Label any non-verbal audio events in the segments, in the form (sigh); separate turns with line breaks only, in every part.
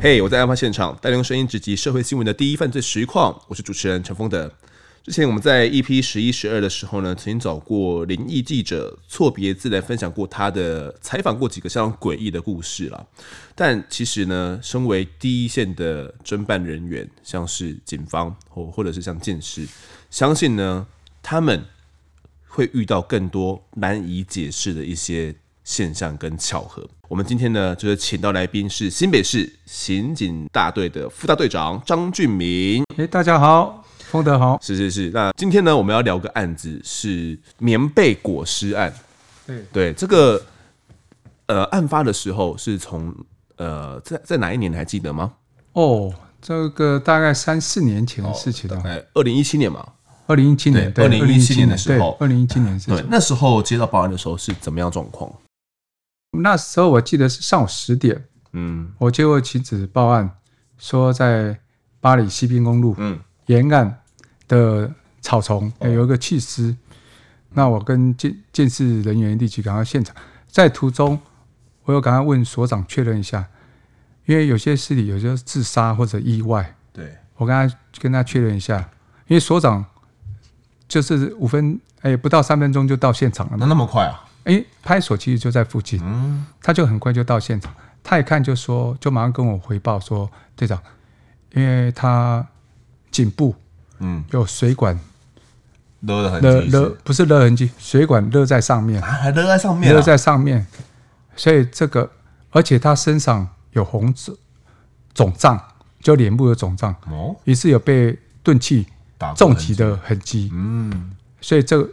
嘿、我在案发现场，带您用声音直击社会新闻的第一犯罪实况。我是主持人陈峰德。之前我们在 EP 十一、十二的时候呢，曾经找过灵异记者错别字来分享过他的采访过几个相当诡异的故事啦。但其实呢，身为第一线的侦办人员，像是警方或或者是像监视，相信呢，他们会遇到更多难以解释的一些现象跟巧合。我们今天呢，就是请到来宾是新北市刑警大队的副大队长张俊明。
哎，大家好，风德好。
是是是。那今天呢，我们要聊个案子是棉被裹尸案。
对
对，这个呃，案发的时候是从呃，在在哪一年你还记得吗？
哦，这个大概三四年前的事情了，
哎，二零一七年嘛。
二零一七年，
对
对，
2017年的时候
二零一七年的事
对
情。，
那时候接到报案的时候是怎么样状况？
那时候我记得是上午十点，
嗯
我接获妻子报案，说在巴黎西滨公路
嗯
沿岸的草
哦
丛呃有一个弃尸。那我跟监监视人员立即赶到现场，在途中，我有赶快问所长确认一下，因为有些尸体有些是自杀或者意外，
对，
我跟他跟他确认一下，因为所长就是五分哎、不到三分钟就到现场了嘛，
那么快啊？
哎、派出所其实就在附近，
嗯，
他就很快就到现场，他一看就说就马上跟我回报说队长，因为他颈部
嗯，
有水管
勒的很啊
勒勒不是勒痕迹，水管勒在上面，啊
还勒在上
勒在上面，所以这个而且他身上有红肿肿胀，就脸部有肿胀，
哦，
疑似有被钝器
打过
重
很
击的痕迹。
嗯
所以这个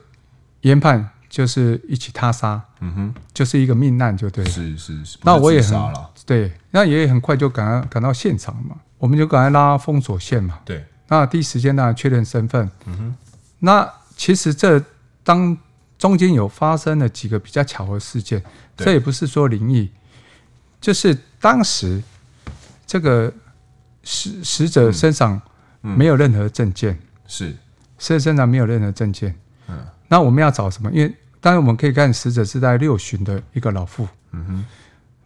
研判就是一起他杀，
嗯哼，
就是一个命案，就对了。
是是是，
那我也
不是自
很
杀了，
对，那也很快就赶赶到现场嘛，我们就赶快拉封锁线嘛。
对，
那第一时间当然确认身份。嗯哼。那其实这当中间有发生了几个比较巧合事件，
对
这也不是说灵异，就是当时这个死死者身上没有任何证件，
是
死者身上没有任何证件。
嗯
那我们要找什么？因为当然我们可以看死者是在六旬的一个老妇，
嗯哼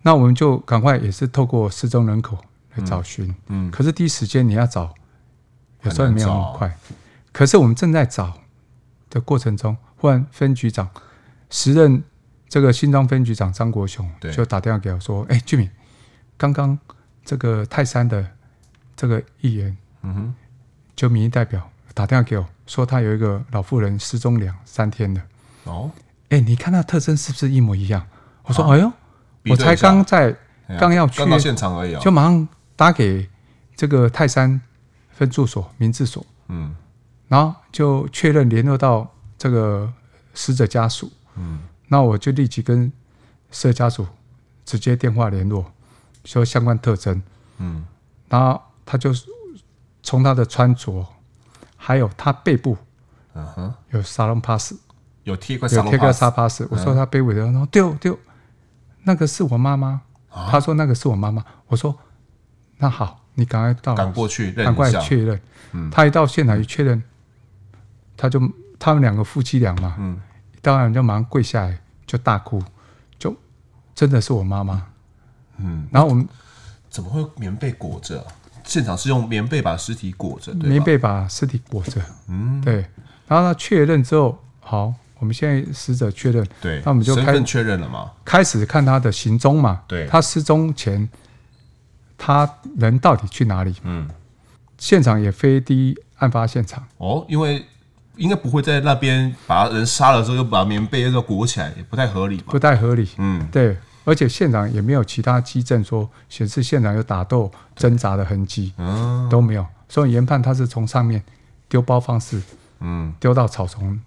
那我们就赶快也是透过失踪人口来找寻。
嗯
可是第一时间你要找，有时候也没有
很难
很
找
快。可是我们正在找的过程中，忽然分局长时任这个新庄分局长张国雄
对
就打电话给我说：“哎，俊敏，刚刚这个泰山的这个议员
嗯哼，
就民意代表打电话给我说，他有一个老妇人失踪两三天了。”
哦，
哎、你看他特征是不是一模一样？我说，
啊
哎呦，
比
我
对一
才
下
刚在
哎呀
刚要去
刚到现场而已啊，
就马上打给这个泰山分驻所、民治所，
嗯
然后就确认联络到这个死者家属。
嗯，
那我就立即跟死者家属直接电话联络，说相关特征。
嗯
然后他就从他的穿着，还有他背部
嗯哼，
有沙龙 pass，
有贴一块
有
沙龙嗯
贴个
帕斯
沙发石，我说他卑微的，然后丢丢，那个是我妈妈，
哦
他说那个是我妈妈，我说那好，你赶快到，
赶过去认
赶快
一下，
确认
嗯。
他一到现场一确认，他就他们两个夫妻俩嘛，
嗯，
当然就马上跪下来就大哭，就真的是我妈妈。
嗯，
然后我们
怎么会有棉被裹着啊？现场是用棉被把尸体裹着，对吧
没，被把尸体裹着，
嗯，
对。然后他确认之后，好，我们现在死者确认，
对，
那我们就
身
开
份确认了嘛，
开始看他的行踪嘛，
对
他失踪前，他人到底去哪里？
嗯，
现场也非第一案发现场，
哦，因为应该不会在那边把人杀了之后又把棉被又裹起来，也不太合理嘛
不，太合理。
嗯，
对，而且现场也没有其他迹证说显示现场有打斗、挣扎的痕迹，
嗯
都没有。所以研判他是从上面丢包方式
嗯，
丢到草丛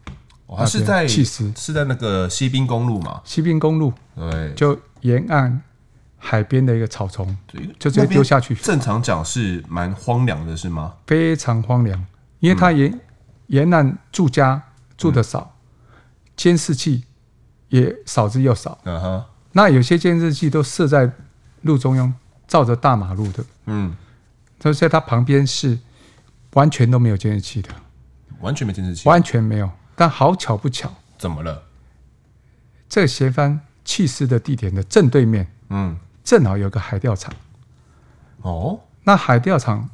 哦他是
那边
在
弃尸
是在那个西滨公路嘛，
西滨公路，
对，
就沿岸海边的一个草丛，
对
就直接丢下去
那边正常讲是蛮荒凉的，是吗？
非常荒凉，因为他沿、沿岸住家住的少，监视器也少之又少。
嗯哼，
那有些监视器都设在路中央，照着大马路的，
嗯，
所以在它旁边是完全都没有监视器的，
完全没监视器，
完全没有。但好巧不巧，
怎么了？
这个嫌犯弃尸的地点的正对面
嗯，
正好有个海钓场，
哦，
那海钓场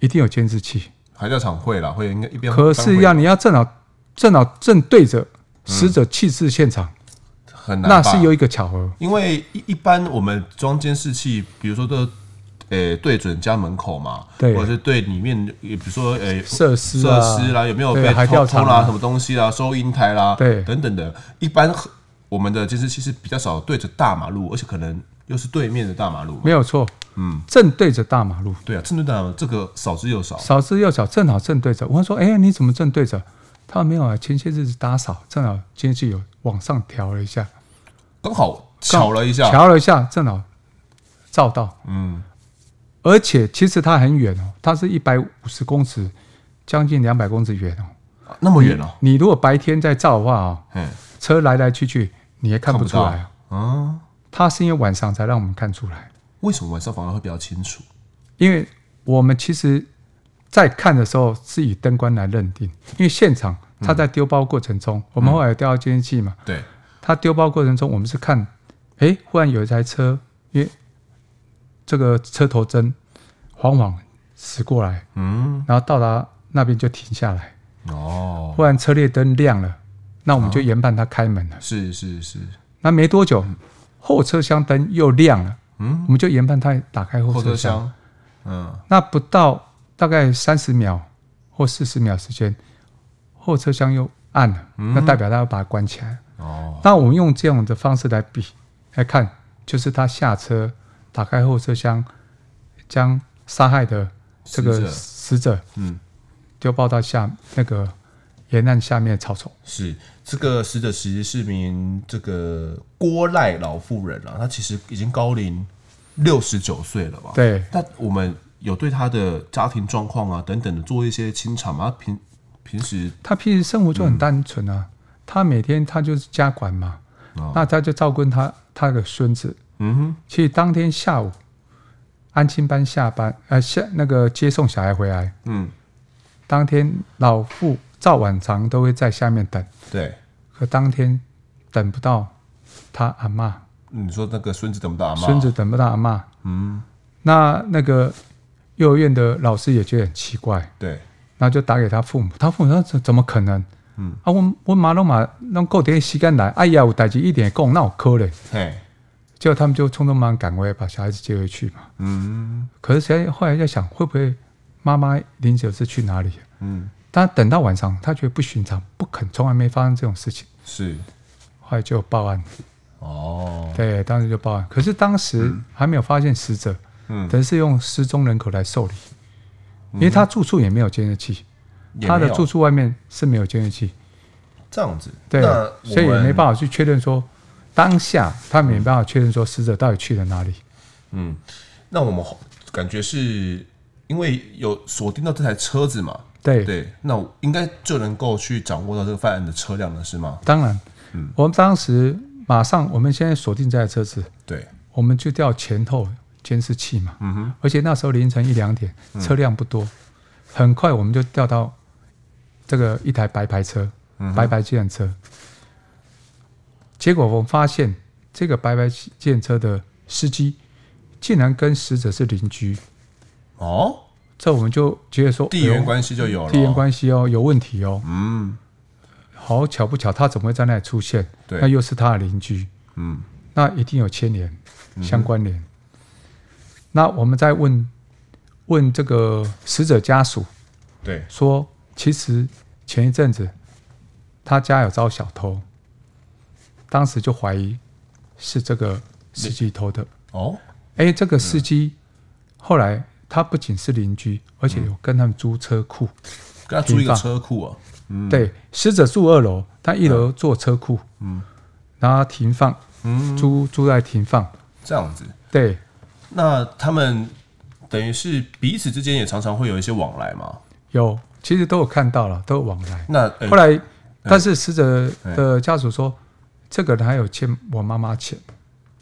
一定有监视器，
海钓场会啦，会应该一边
可是要你要正好正好正对着死者弃置现场，
很难吧，
那是有一个巧合。
因为一一般我们装监视器，比如说都，呃，对准家门口嘛，
对
或者是对里面，也比如说，呃，
设施
设
啊
施啦，有没有
对
被
海
偷
钓
偷
场
啦，
啊
什么东西啦，收银台啦，
对
等等的。一般我们的监视器是比较少对着大马路，而且可能又是对面的大马路嘛。
没有错，
嗯，
正对着大马路，
对啊，针对大马路这个少之又少。
少之又少，正好正对着。我问说，哎、你怎么正对着？他说没有啊，前些日子打扫，正好监视器有往上调了一下，
刚好巧了一下，
调了一下，正好照到。
嗯，
而且其实它很远哦，它是一百五十公尺，将近两百公尺远哦。
啊那么远哦，
你如果白天在照的话哦，
嗯，
车来来去去，你也看不出来
看
啊。
不到啊，
它是因为晚上才让我们看出来，
为什么晚上反而会比较清楚？
因为我们其实在看的时候是以灯光来认定，因为现场他在丢包过程中，我们后来有调到监视器嘛，
对，
他丢包过程中我们是看，诶，忽然有一台车，因为这个车头灯缓缓驶过来，
嗯，
然后到达那边就停下来，
哦，
忽然车列灯亮了，那我们就研判他开门了。
是是是，
那没多久，后车厢灯又亮了，
嗯，
我们就研判他打开后
后
车
车
厢。
厢，嗯，
那不到大概三十秒或四十秒时间，后车厢又暗了，
嗯
那代表他要把它关起来。
哦，
那我们用这样的方式来比来看，就是他下车打开后车厢，将杀害的这
死
个
者
死者
嗯。
丢抱到下那个沿岸下面的草丛。
是这个死者其实是名这个郭赖老妇人啊，她其实已经高龄六十九岁了吧？。
对，
那我们有对她的家庭状况啊等等的做一些清查吗？她平平时
他平时生活
嗯
就很单纯啊，他每天他就是家管嘛，
哦
那他就照顾他他的孙子。
嗯哼
其实当天下午，安亲班下班，呃，下那个接送小孩回来，
嗯
当天老妇赵晚长都会在下面等，
对，
可当天等不到他阿嬷，
你说那个孙子怎么打吗？
孙子等不到阿嬷，
嗯
那那个幼儿园的老师也觉得很奇怪，
对
然后就打给他父母，他父母说怎怎么可能？
嗯
啊，我我妈拢嘛拢固定时间来，哎呀，有代志一点讲，那有可能。
嘿
结果他们就匆匆忙忙赶回来，把小孩子接回去嘛。
嗯
可是谁后来在想，会不会妈妈临走是去哪里？
嗯
但等到晚上，他觉得不寻常，不肯，从来没发生这种事情。
是
后来就报案，
哦
对，当时就报案。可是当时还没有发现死者，
嗯
等于是用失踪人口来受理，因为他住处也没有监视器，
也
他的
没有
住处外面是没有监视器，
这样子，
对
那，我
所以也
们
没办法去确认说当下他们也没办法确认说死者到底去了哪里。
嗯，那我们后感觉是因为有锁定到这台车子嘛，
对，
对，那我应该就能够去掌握到这个犯案的车辆了，是吗？
当然，
嗯
我们当时马上，我们现在锁定这台车子，
对，
我们就调前后监视器嘛。
嗯哼，嗯
而且那时候凌晨一两点，车辆不多，很快我们就调到这个一台白牌车，
嗯
白牌计程车。结果我们发现，这个白牌计程车的司机竟然跟死者是邻居，
哦，
这我们就觉得说
地缘
哎
关系就有
呦
了，
地缘，关系哦有问题哦。
嗯
好巧不巧，他怎么会在那里出现？
对
那又是他的邻居，
嗯，
那一定有牵连、相关联。那我们再问问这个死者家属，
对，
说，其实前一阵子他家有遭小偷，当时就怀疑是这个司机偷的。
哦，
哎，这个司机后来他不仅是邻居，而且
嗯
有跟他们租车库。
跟他租一
停
个
放
车库啊，
对，死者住二楼，但一楼做车库，
嗯
然后停放，
嗯，
租租在停放。
这样子，
对，
那他们等于是彼此之间也常常会有一些往来嘛，
有其实都有看到了，都有往来。
那呃
后来，但是死者的家属说，这个人还有欠我妈妈钱。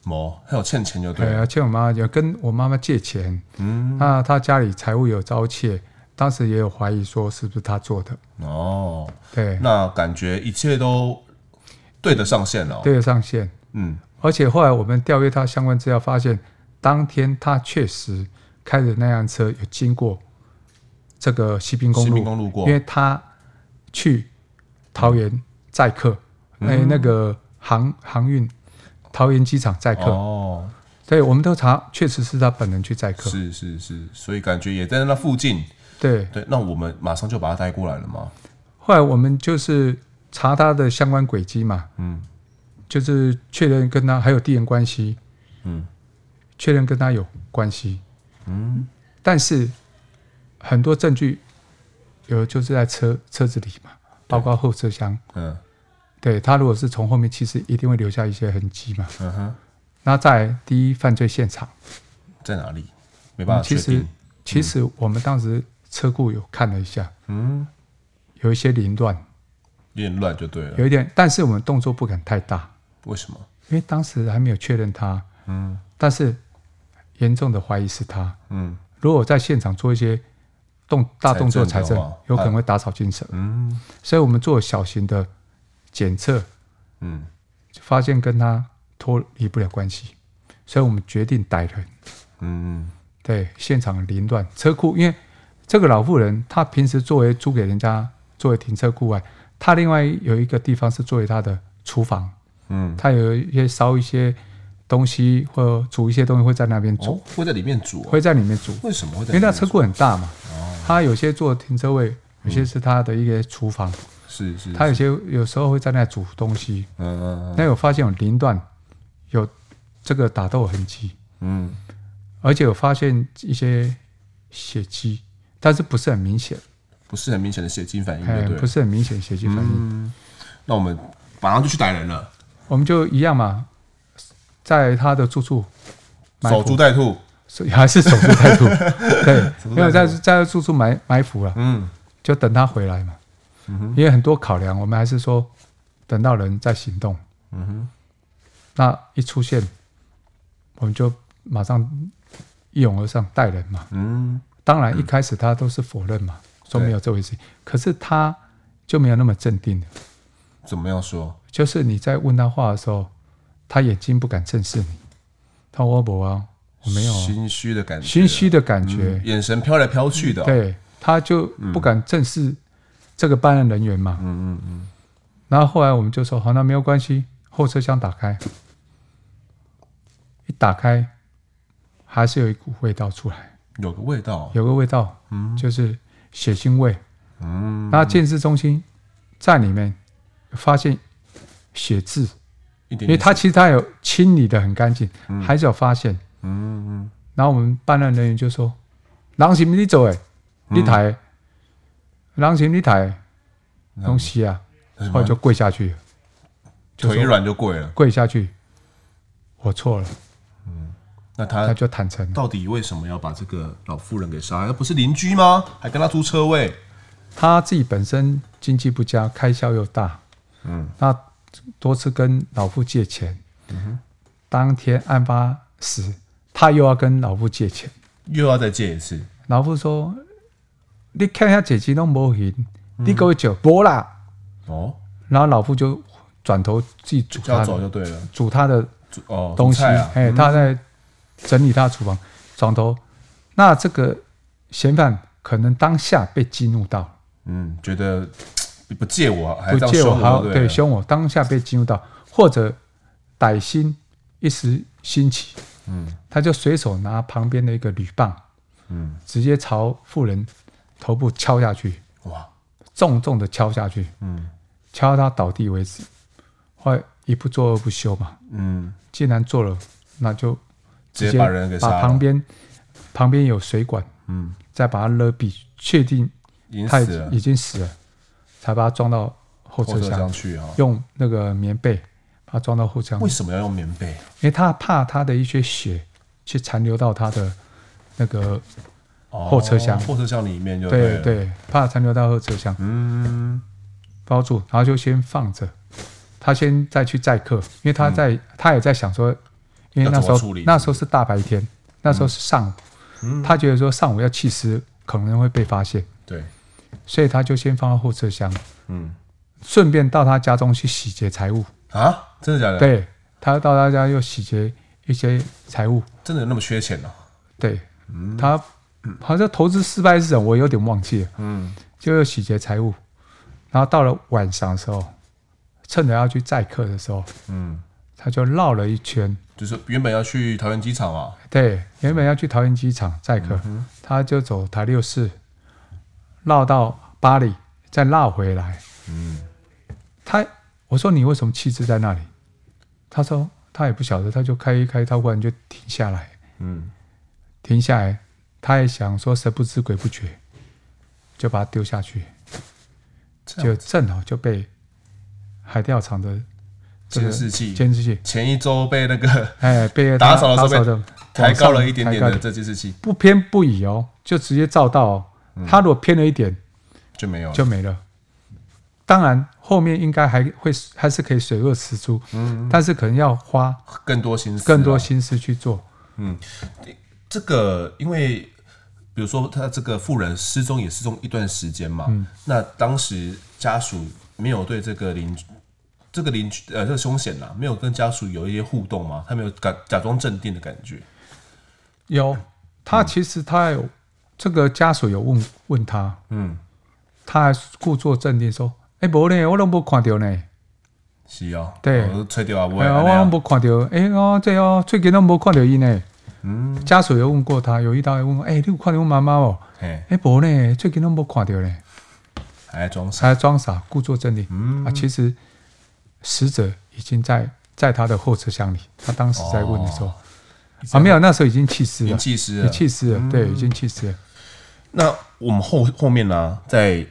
哦，还有欠钱就对
对
了，
啊，欠我妈有跟我妈妈借钱，
嗯，
那他家里财务有遭窃，当时也有怀疑说是不是他做的，
哦，
对，
那感觉一切都对得上线了，哦
对得上线。
嗯，
而且后来我们调阅他相关资料，发现当天他确实开的那辆车有经过这个西滨公
新
路
民，公路过
因，为他去桃园载客，哎、那个航航运桃园机场载客，
哦，
对，我们都查，确实是他本人去载客，
是是是，所以感觉也在那附近。
对。
对，那我们马上就把他带过来了嘛。
后来我们就是查他的相关轨迹嘛，
嗯，
就是确认跟他还有地缘关系，
嗯，
确认跟他有关系，
嗯，
但是很多证据有的就是在车车子里嘛，包括后车厢，
嗯
对他如果是从后面，其实一定会留下一些痕迹嘛。
嗯哼，
那再来第一犯罪现场，
在哪里？没办法确
嗯其实
定。
其实我们当时车库有看了一下，
嗯，
有一些凌乱，
有点乱就对了。
有一点，但是我们动作不敢太大，
为什么？
因为当时还没有确认他，
嗯
但是严重的怀疑是他。
嗯
如果在现场做一些动大动作
财
财
政啊的
政
话，
有可能会打草惊蛇。
嗯
所以我们做小型的检测，
嗯，
发现跟他脱离不了关系，所以我们决定逮人。
嗯
对，现场凌乱车库，因为这个老妇人她平时作为租给人家作为停车库外，她另外有一个地方是作为她的厨房，
嗯，
她有一些烧一些东西或煮一些东西会在那边煮，
哦，会在里面煮哦、
会在里面煮，
为什么会在
因
里
为那
面
车
煮？
库很大嘛，
哦
她有些做停车位，有些是她的一个厨房，
嗯是是，
她有些有时候会在那煮东西，
嗯嗯嗯
那有发现有凌乱，有这个打斗痕迹，
嗯，
而且有发现一些血迹，但是不是很明显，
不是很明显的血精反应，
哎
对，嗯不
不
对？
是很明显血迹反应。
那我们马上就去逮人了，
我们就一样嘛，在他的住处埋
守株
伏，
待兔。
所以还是守株
(laughs)
待兔，对，没有在在他住处埋埋伏啊了，
嗯
就等他回来嘛。因为很多考量，我们还是说等到人再行动。
嗯哼，
那一出现，我们就马上一拥而上带人嘛。
嗯
当然一开始他都是否认嘛，说没有这回事。可是他就没有那么镇定了，
怎么样说？
就是你在问他话的时候，他眼睛不敢正视你，他说我不啊，我没有啊、
心虚的感觉，
心虚的感觉
嗯，，眼神飘来飘去的、，
对，他就不敢正视这个办案人员嘛。
嗯嗯嗯，
然后后来我们就说好，那没有关系，后车厢打开，一打开还是有一股味道出来，
有个味道。
有个味道
嗯
就是血腥味。
嗯，
那建设中心在里面发现血渍，
一点
因为
点，
它其实它有清理的很干净，还是有发现。
嗯嗯，
然后我们办案人员就说：“狼行你走哎，
嗯
你抬，狼行你抬
嗯
东西啊。”
那什么
后来就跪下去了，就
腿
说
软就跪了。
跪下去，我错了，
那
他
他
就坦诚了。
到底为什么要把这个老妇人给杀害？他不是邻居吗？还跟他租车位？
他自己本身经济不佳，开销又大，
嗯，
那多次跟老父借钱。当天案发时，他又要跟老父借钱。
又要再借一次？
老父说：“你看下姐姐都没还，
嗯
你给我酒没啦。
哦，”
然后老父就转头自己煮
就要
他
走
的
就对了。
煮他的
煮哦，
东西，
煮菜啊，
哎、他在整理他的厨房床头。那这个嫌犯可能当下被激怒到了，
嗯，觉得嘖不借我还
不
这样
借我
哎凶
还要
我，
对
了，
凶我，当下被激怒到，或者歹心一时兴起，
嗯
他就随手拿旁边的一个铝棒，
嗯，
直接朝妇人头部敲下去，
哇，
重重的敲下去，
嗯
敲到他倒地为止。后来一不做二不休嘛，
嗯，
既然做了，那就
直接把人给杀
把
了，
旁边旁边有水管，
嗯，
再把他勒毙，确定
已经
他
死
已经
了
已，经死了，才把他装到后
后
车
车
厢
厢，去哈。
用那个棉被把他装到后车厢，
为
因
什么要用棉被？
为他怕他的一些血去残留到他的那个，
哦
后车厢
后车厢里面就
对
了，
对，怕残留到后车厢，
嗯
包住，然后就先放着，他先再去载客，因为他在、他也在想说，因为那
嗯要
时
怎么处
候
理
那时候是大白天，那时候是上午，
嗯
他觉得说上午要弃尸可能会被发现，
对，
所以他就先放到后车厢，
嗯
顺便到他家中去洗劫财物。
啊，真的假的？，
对，他到他家又洗劫一些财物，
真的有那么缺钱呢？哦
对，他好像投资失败是什么，我有点忘记了。嗯，就又洗劫财物，然后到了晚上的时候，趁着要去载客的时候，
嗯，
他就绕了一圈。
就是原本要去桃园机场啊嘛，
对，原本要去桃园机场载客，
嗯
他就走台六四，绕到巴黎，再绕回来。
嗯
他我说你为什么弃置在那里？他说他也不晓得，他就开一开，他忽然就停下来，
嗯，
停下来，他也想说神不知鬼不觉，就把它丢下去，
这
就
样
正好就被海钓场的这个
监视器
监视器，
前一周被那
(laughs)
个
哎，被
打扫
扫
的时候被
打扫的
抬高了一点点
往
的
上抬高
这监视器
不偏不倚哦，就直接照到哦。他如果偏了一点，
就没有了，
就没了。当然，后面应该还会还是可以水落石出，但是可能要花
更多心思啊，
更多心思去做。
这个，因为比如说他这个富人失踪也失踪一段时间嘛，
嗯
那当时家属没有对这个邻居这个邻居呃这个凶险呐、没有跟家属有一些互动吗？他没有假假装镇定的感觉，
有他其实他有、这个家属有问问他，
嗯，
他还故作镇定说：“哎、无呢，我拢无看到呢，
是哦，
对
我都吹掉啊，我
哎
也
呀，我拢无看到，哎、哦，这哦，最近拢无看到伊呢。”
嗯，
家属有问过他，有一道问过：“哎、你有看到我妈妈哦？
嘿，
哎、无呢，最近拢无看到呢。”
还在装傻，
才装傻，故作镇定。
嗯
啊，其实死者已经在在他的后车厢里。他当时在问的时候，啊，没有，那时候已经弃尸
哦已经
了，
气死
已
了嗯
经。弃尸了，对，已经弃尸了。
那我们后后面呢、在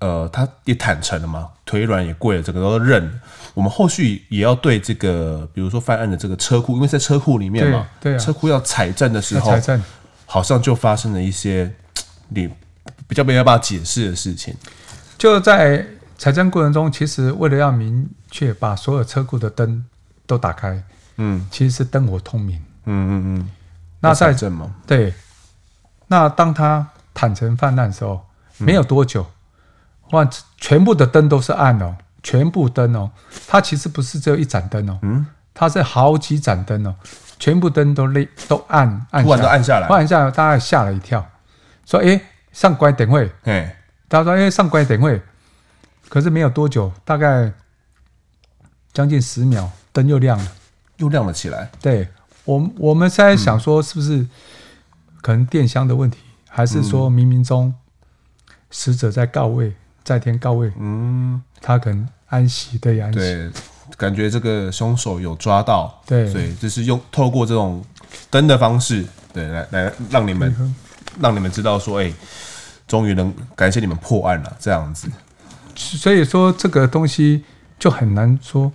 呃，他也坦诚了嘛，腿软也跪了，这个都认了。我们后续也要对这个，比如说犯案的这个车库，因为在车库里面嘛，
对对啊
车库要采证的时
那
候
财，政，
好像就发生了一些你比较没有办法解释的事情。
就在采证过程中，其实为了要明确把所有车库的灯都打开，
嗯
其实是灯火通明。
嗯嗯嗯，
那
要采
在
证嘛，
对，那当他坦诚泛滥的时候，
嗯
没有多久，哇，全部的灯都是暗哦，全部灯哦，它其实不是只有一盏灯哦，
嗯，
它是好几盏灯哦，全部灯都亮都暗暗
突
下
然都
来，
按下来
突，然一下来，大家吓了一跳，说：“诶，上关等会。
哎，”
他说：“诶，上关等会。”可是没有多久，大概将近十秒，灯又亮了。
又亮了起来。
对我们，我们现在想说，是不是可能电箱的问题，还是说
嗯
冥冥中死者在告慰，在天告慰，
嗯，
他可能安息的安息。
对，感觉这个凶手有抓到，
对
所以就是用透过这种灯的方式，对，来来让你们让你们知道说，哎、终于能感谢你们破案了，这样子，
所以说这个东西就很难说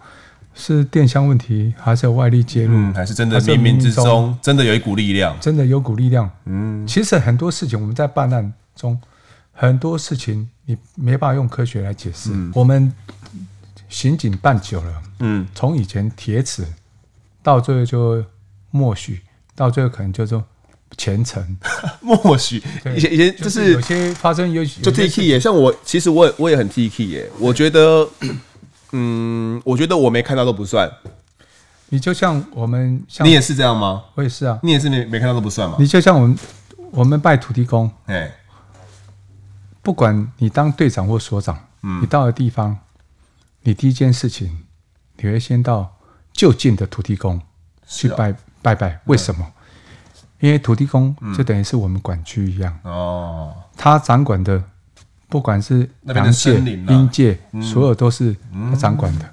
是电箱问题，还是有外力介入，
嗯，还是真的
还是
冥
冥冥
冥之
中
中真的有一股力量， (laughs)
真的有股力量。
嗯
其实很多事情我们在办案中，很多事情你没办法用科学来解释。我们刑警办久了。
嗯，
从以前铁齿，到最后就默许，到最后可能就是虔诚。
默许
对
以前以前就
有
是
些发生有
就
就
T K 耶，像我其实我也我也很 T K 耶，我觉得，嗯，我觉得我没看到都不算，
你就像我们像
你也是这样吗？
我也是啊，
你也是没没看到都不算吗？
你就像我们我们拜土地公，
哎，
不管你当队长或所长，
嗯
你到了地方，你第一件事情，你会先到就近的土地公去
是啊
拜、拜拜。为什么？因为土地公
嗯
就等于是我们管区一样，
哦。
他掌管的，不管是
那边的
阳界、
森林啊嗯
阴界，所有都是他掌管的。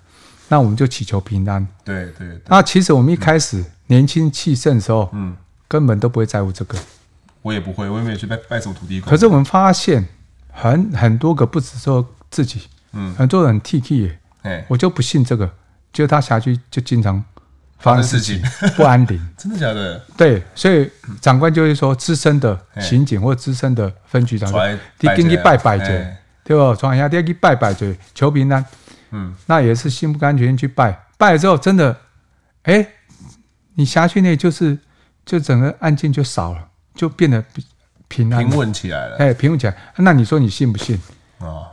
那我们就祈求平安。
对对对，
那其实我们一开始年轻气盛的时候，
嗯，
根本都不会在乎这个。
我也不会，我也没有去拜拜什么土地公。
可是我们发现很很多个，不只说自己，
嗯
很多人 T T 耶，
哎，
我就不信这个，就他辖区就经常发生事情
发
不安 (laughs) 定。
真的假的？
对，所以长官就会说，资深的
嘿
刑警或资深的分局长
出来，
你跟去嗯拜啊嗯拜去
哎，
对不？从下底去拜拜去，求平安。
嗯，
那也是心不甘情愿去拜，拜了之后真的，哎，你辖区内就是就整个案件就少了，就变得比平安
平
了，
稳起来了
哎，平稳起来。那你说你信不信？
啊！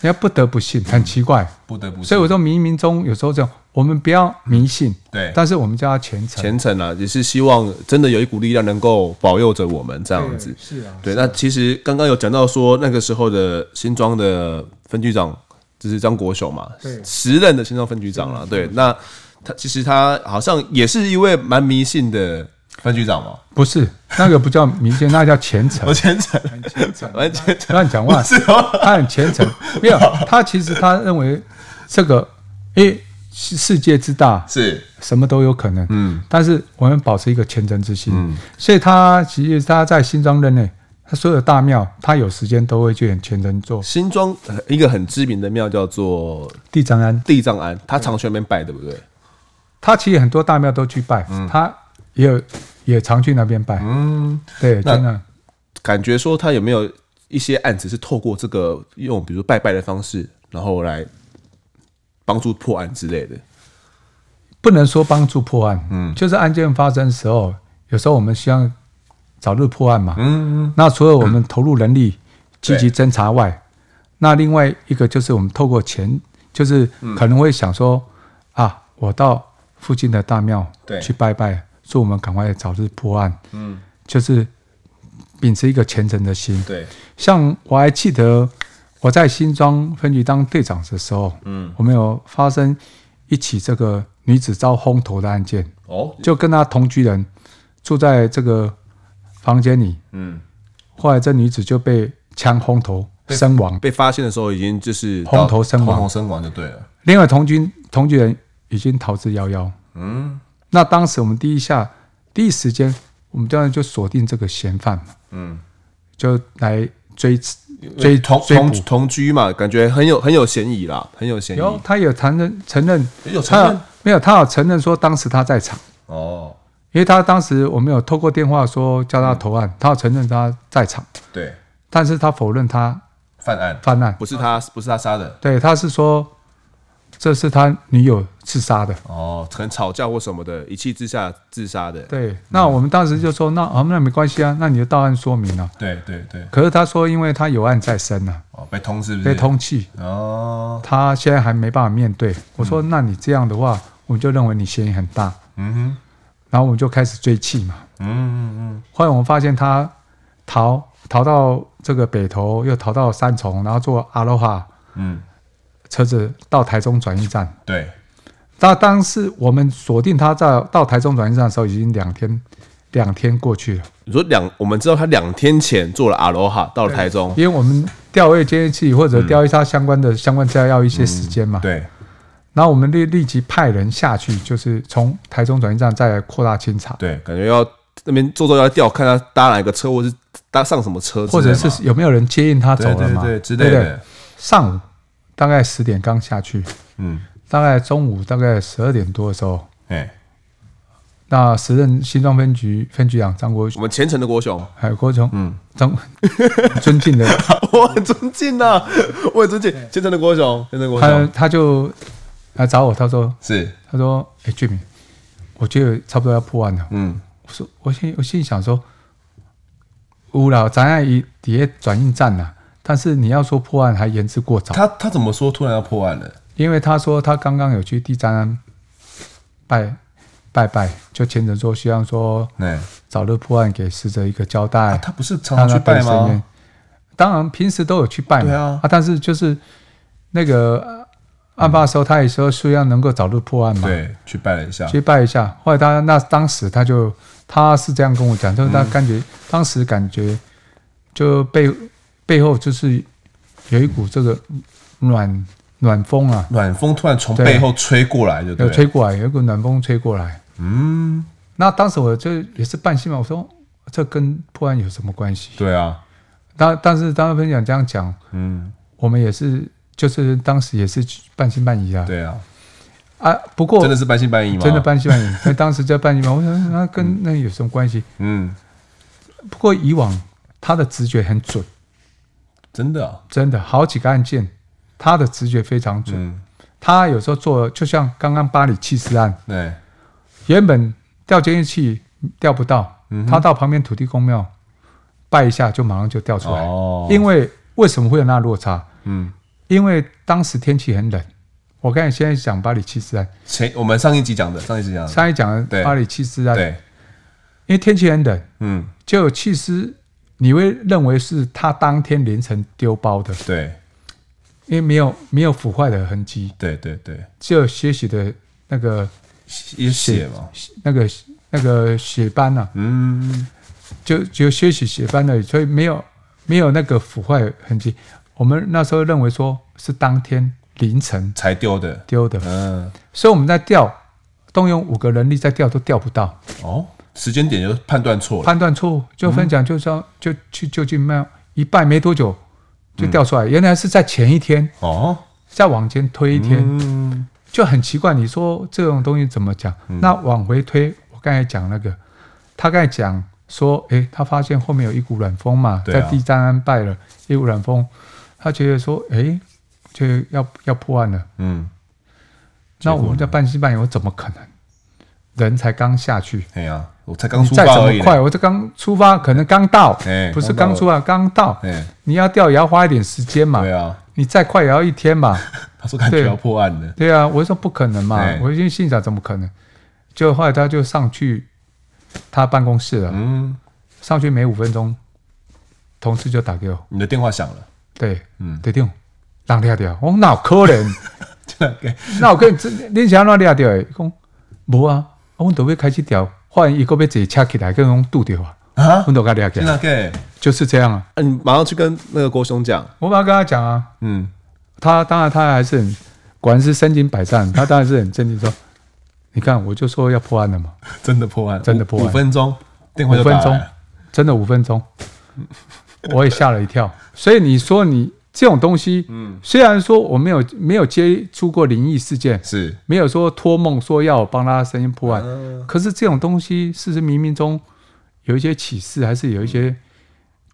人家不得不信，很奇怪。
不得不
所以我说，冥冥中有时候这种，我们不要迷信，
对
但是我们就要虔诚。
虔诚啊，也是希望真的有一股力量能够保佑着我们这样子。
是啊，
对，那其实刚刚有讲到说，那个时候的新庄的分局长就是张国雄嘛
对，
时任的新庄分局长了。对，那他其实他好像也是一位蛮迷信的分局长嘛，
不是那个不叫迷信，那叫虔诚
我。虔诚，
虔诚
完全虔诚
乱讲话，
是哦吗？
他很
(laughs)
虔诚。没有，他其实他认为这个，诶，世世界之大，
是，
什么都有可能。
嗯，
但是我们保持一个虔诚之心。
嗯
所以他其实他在新庄任内，他所有的大庙，他有时间都会去很虔诚做
新庄呃一个很知名的庙叫做
地藏庵。
地藏庵，他常去那边拜，对不对？
他其实很多大庙都去拜，他也有也常去那边拜。
嗯，
对，
那
真的
感觉说他有没有一些案子是透过这个用，比如拜拜的方式，然后来帮助破案之类的？
不能说帮助破案，
嗯
就是案件发生的时候，有时候我们希望早日破案嘛。
嗯，
那除了我们投入人力积极侦查外，那另外一个就是我们透过钱，就是
嗯
可能会想说、啊，我到附近的大庙
对
去拜拜，祝我们赶快早日破案。
嗯，
就是秉持一个虔诚的心。
对，
像我还记得我在新庄分局当队长的时候，
嗯，
我们有发生一起这个女子遭轰头的案件，
哦，
就跟她同居人住在这个房间里，
嗯，
后来这女子就被枪轰头身亡，
被发现的时候已经就是
红头身亡
红头身亡就对了。
另外同居同居人已经逃之夭夭。
嗯
那当时我们第一下第一时间，我们当然就锁定这个嫌犯嘛，
嗯，
就来追追
同
追捕
同。同居嘛，感觉很有很有嫌疑啦，很有嫌疑。
有，他有承认承认，
有嗯哦承
他
认
有没有？他有承认说当时他在场，
哦，
因为他当时我们有透过电话说叫他投案，
嗯
他有承认他在场，
对，
但是他否认他
犯案啊
犯案。
不是他，不是他杀的。
对，他是说这是他女友自杀的。
哦，可能吵架或什么的，一气之下自杀的。
对，那我们当时就说，
嗯
那啊，那没关系啊，那你就到案说明了、
对对对，
可是他说，因为他有案在身啊，
哦，被通是不
被通缉，
哦，
他现在还没办法面对。我说，那你这样的话，我们就认为你嫌疑很大，
嗯哼，
然后我们就开始追缉嘛。
嗯嗯嗯，
后来我们发现他逃逃到这个北投，又逃到三重，然后坐阿罗哈
嗯，
车子到台中转运站。
对，
那当时我们锁定他在到台中转运站的时候，已经两天两天过去了，
你说两，我们知道他两天前做了阿罗哈到了台中，
因为我们调阅监视器或者调阅他相关的、相关资料要一些时间嘛。。
对，
然后我们立立即派人下去，就是从台中转运站再来扩大清查，
对，感觉要那边做做要调，看他搭哪一个车，或是搭上什么车之
或
类的
者
嘛，
是有没有人接应他走了嘛？
对对对之
对
类
不
的
对上午大概十点刚下去，
嗯，
大概中午大概十二点多的时候，
哎，
那时任新庄分局分局长张国
我们虔诚的国雄， (laughs)
还有郭琼，
嗯，
张尊敬的
我很尊敬呐、我很尊敬虔诚的国雄，虔诚的国
他
(laughs) 雄
他就来找我，他说
是，
他说哎俊敏，我觉得差不多要破案了。
嗯，
我说我心我心里想说，有啦，咱爱一底下转运站啦，啊但是你要说破案还言之过早，
他他怎么说突然要破案了？
因为他说他刚刚有去地藏庵拜拜拜，就虔诚说希望说
哎、啊
早日破案，给死者一个交代。
他不是常常去拜
哎让他本身也
吗？？
当然，平时都有去拜嘛。
对啊
但是就是那个呃案发的时候，他也说希望能够早日破案嘛，
对，啊去拜了一下，
去拜一下。后来他那当时他就他是这样跟我讲，就是他感觉、当时感觉就背背后就是有一股这个暖暖风啊，
暖风突然从
对
背后吹过来就对
有
了，
吹过来，有一股暖风吹过来。
嗯，
那当时我就也是半信嘛，我说这跟破案有什么关系？
对啊，
但但是当时分享这样讲，
嗯，
我们也是，就是当时也是半信半疑啊。
对啊，
啊，不过
真的是半信半疑吗？
真的，半信半
(laughs)
疑，因为当时在半信半疑，我想那跟那有什么关系？
嗯，
不过以往他的直觉很准，
真的、啊，
真的好几个案件，他的直觉非常准。
嗯，
他有时候做，就像刚刚巴黎弃尸案，
对，
原本调监视器调不到，
嗯哼
他到旁边土地公庙拜一下，就马上就调出来。
哦，
因为为什么会有那落差？
嗯，
因为当时天气很冷。我刚才现在讲巴黎七四案，
前我们上一集讲的，上一集讲的，
上一讲
对
的巴黎七四案，
对，
因为天气很冷，
嗯，
就有弃尸，你会认为是他当天凌晨丢包的，
对，
因为没有没有腐坏的痕迹，
对对对，
只有些许的那个
一血嘛，
那个那个血斑啊，
嗯，
就只有些许血斑而已，所以没有没有那个腐坏痕迹。我们那时候认为说是当天凌晨
才丢的，
丢的，
嗯，
所以我们在调，动用五个人力在调都调不到，
哦，时间点就判断错了，
判断错误，就分享就说就去就近卖，一拜没多久就调出来，原来是在前一天。
哦，
再往前推一天，
嗯，
就很奇怪。你说这种东西怎么讲？那往回推，我刚才讲那个，他刚才讲说，诶，他发现后面有一股软风嘛，
对啊
在第三安败了一股软风，他觉得说，诶，就要要破案了。
嗯，
那
结果
我们在半信半疑，我怎么可能？人才刚下去，
哎呀，我才刚出
再怎
发而已
么
嘞，
快，我这刚出发，可能刚到，
哎
不是
刚到
刚出发，刚到，
哎，
你要钓也要花一点时间嘛
对，啊，
你再快也要一
(laughs)
天嘛。
他说感觉
对
要破案了，
对啊，我就说不可能嘛
哎，
我已经心想怎么可能？就后来他就上去他办公室了，
嗯，
上去没五分钟，同事就打给我，
你的电话 (laughs) 响了，
对，
嗯，
对定，让掉掉，我说哪有可能？
这样给，
那我跟你这你想让掉掉的？他讲无啊，我们都要开始调，后来伊个要坐车起来，跟我堵掉啊，
啊
我，们都给他
这
掉
样给，
就是这样啊。
啊，你马上去跟那个郭兄讲，
我把他跟他讲啊，
嗯，
他当然他还是很，果然是身经百战，他当然是很镇定说，你看我就说要破案了嘛。
真的破案，
真的破案
五五分钟，电话就
五分
打来
钟
了，
真的五分钟，我也吓了一跳。所以你说你这种东西，
嗯，
虽然说我没有没有接触过灵异事件，
是，
没有说托梦说要我帮他声音破案，
嗯
可是这种东西事实冥冥中有一些启示，还是有一些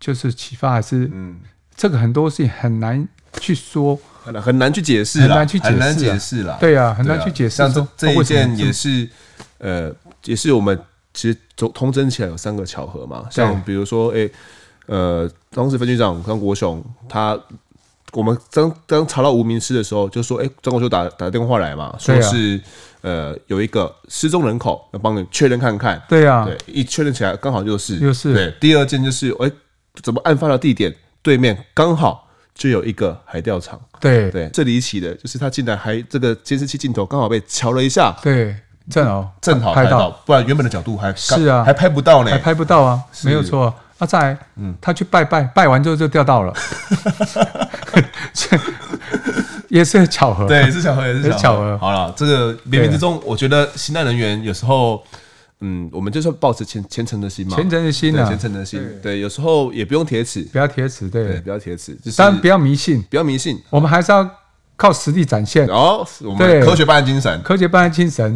就是启发，还是
嗯。
这个很多事情很难去说。
很难很难去解释啦，
很难去解释啊
很难解释啦，
对啊，很难
对啊
去解释
像
说
这
哦
这一
为什么
件
这
也
么
是，呃，也是我们其实从通真起来有三个巧合嘛，像比如说，诶，呃，当时分局长张国雄他。我们刚刚查到无名尸的时候，就说：“诶，张国雄打打电话来嘛，说
对啊
是、呃有一个失踪人口，要帮你确认看看。
对啊，
对，一确认起来刚好就是
就是
对。第二件就是，诶，怎么案发的地点对面刚好就有一个海钓场，
对
对，最离奇的就是他竟然还这个监视器镜头刚好被瞧了一下，
对，正好
正好
拍
拍
到
到，，不然原本的角度还
是啊
还拍不到呢
还。拍不到啊，没有错啊。啊，再来，
嗯
他去拜拜，拜完之后就钓到了， (laughs) 这也是巧合。
对，是巧合，也是
也是
巧
巧
合。
合
好了，这个冥冥之中，我觉得新案人员有时候，嗯，我们就是抱持虔虔诚的心嘛，
虔诚的心
对
啊
虔，诚的心，对，有时候也不用铁齿，
不要铁齿，
对，
对，
不要铁齿，就是
当然不要迷信，
不要迷信。
我们还是要靠实力展现
然后我们
对
科学办案精神，
科学办案精
(laughs)
神，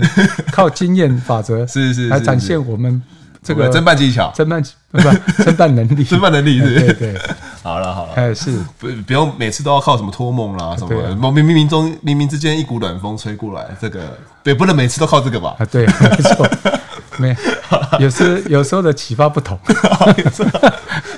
靠经验法则
是是是
来展
是
现我们这
这个
个
侦办技巧、
侦办不是 (laughs) 侦办能
(laughs)
力。
侦办能力
哎对
是。
对，
好了好了，
哎是，
不不用每次都要靠什么托梦啦，什么
对啊
冥冥冥中冥冥之间一股暖风吹过来，这个也不能每次都靠这个
(laughs)
吧？ (laughs)
啊对，没错，没，有时有时候的启发不同。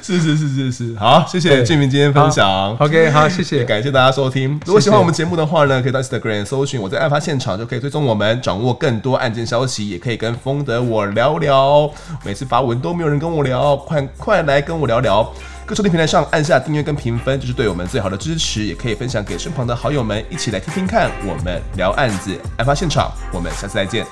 是是是是是，好，谢谢
对
建明今天 (laughs) 分享。
OK，好，谢谢。
感谢大家收听。如果喜欢我们节目的话呢，可以到 Instagram 搜寻我在案发现场，就可以追踪我们，掌握更多案件消息，也可以跟风德我聊聊。每次发文都没有人跟我聊，快快来跟我聊聊。各收听平台上按下订阅跟评分，就是对我们最好的支持，也可以分享给身旁的好友们，一起来听听看我们聊案子、案发现场。我们下次再见，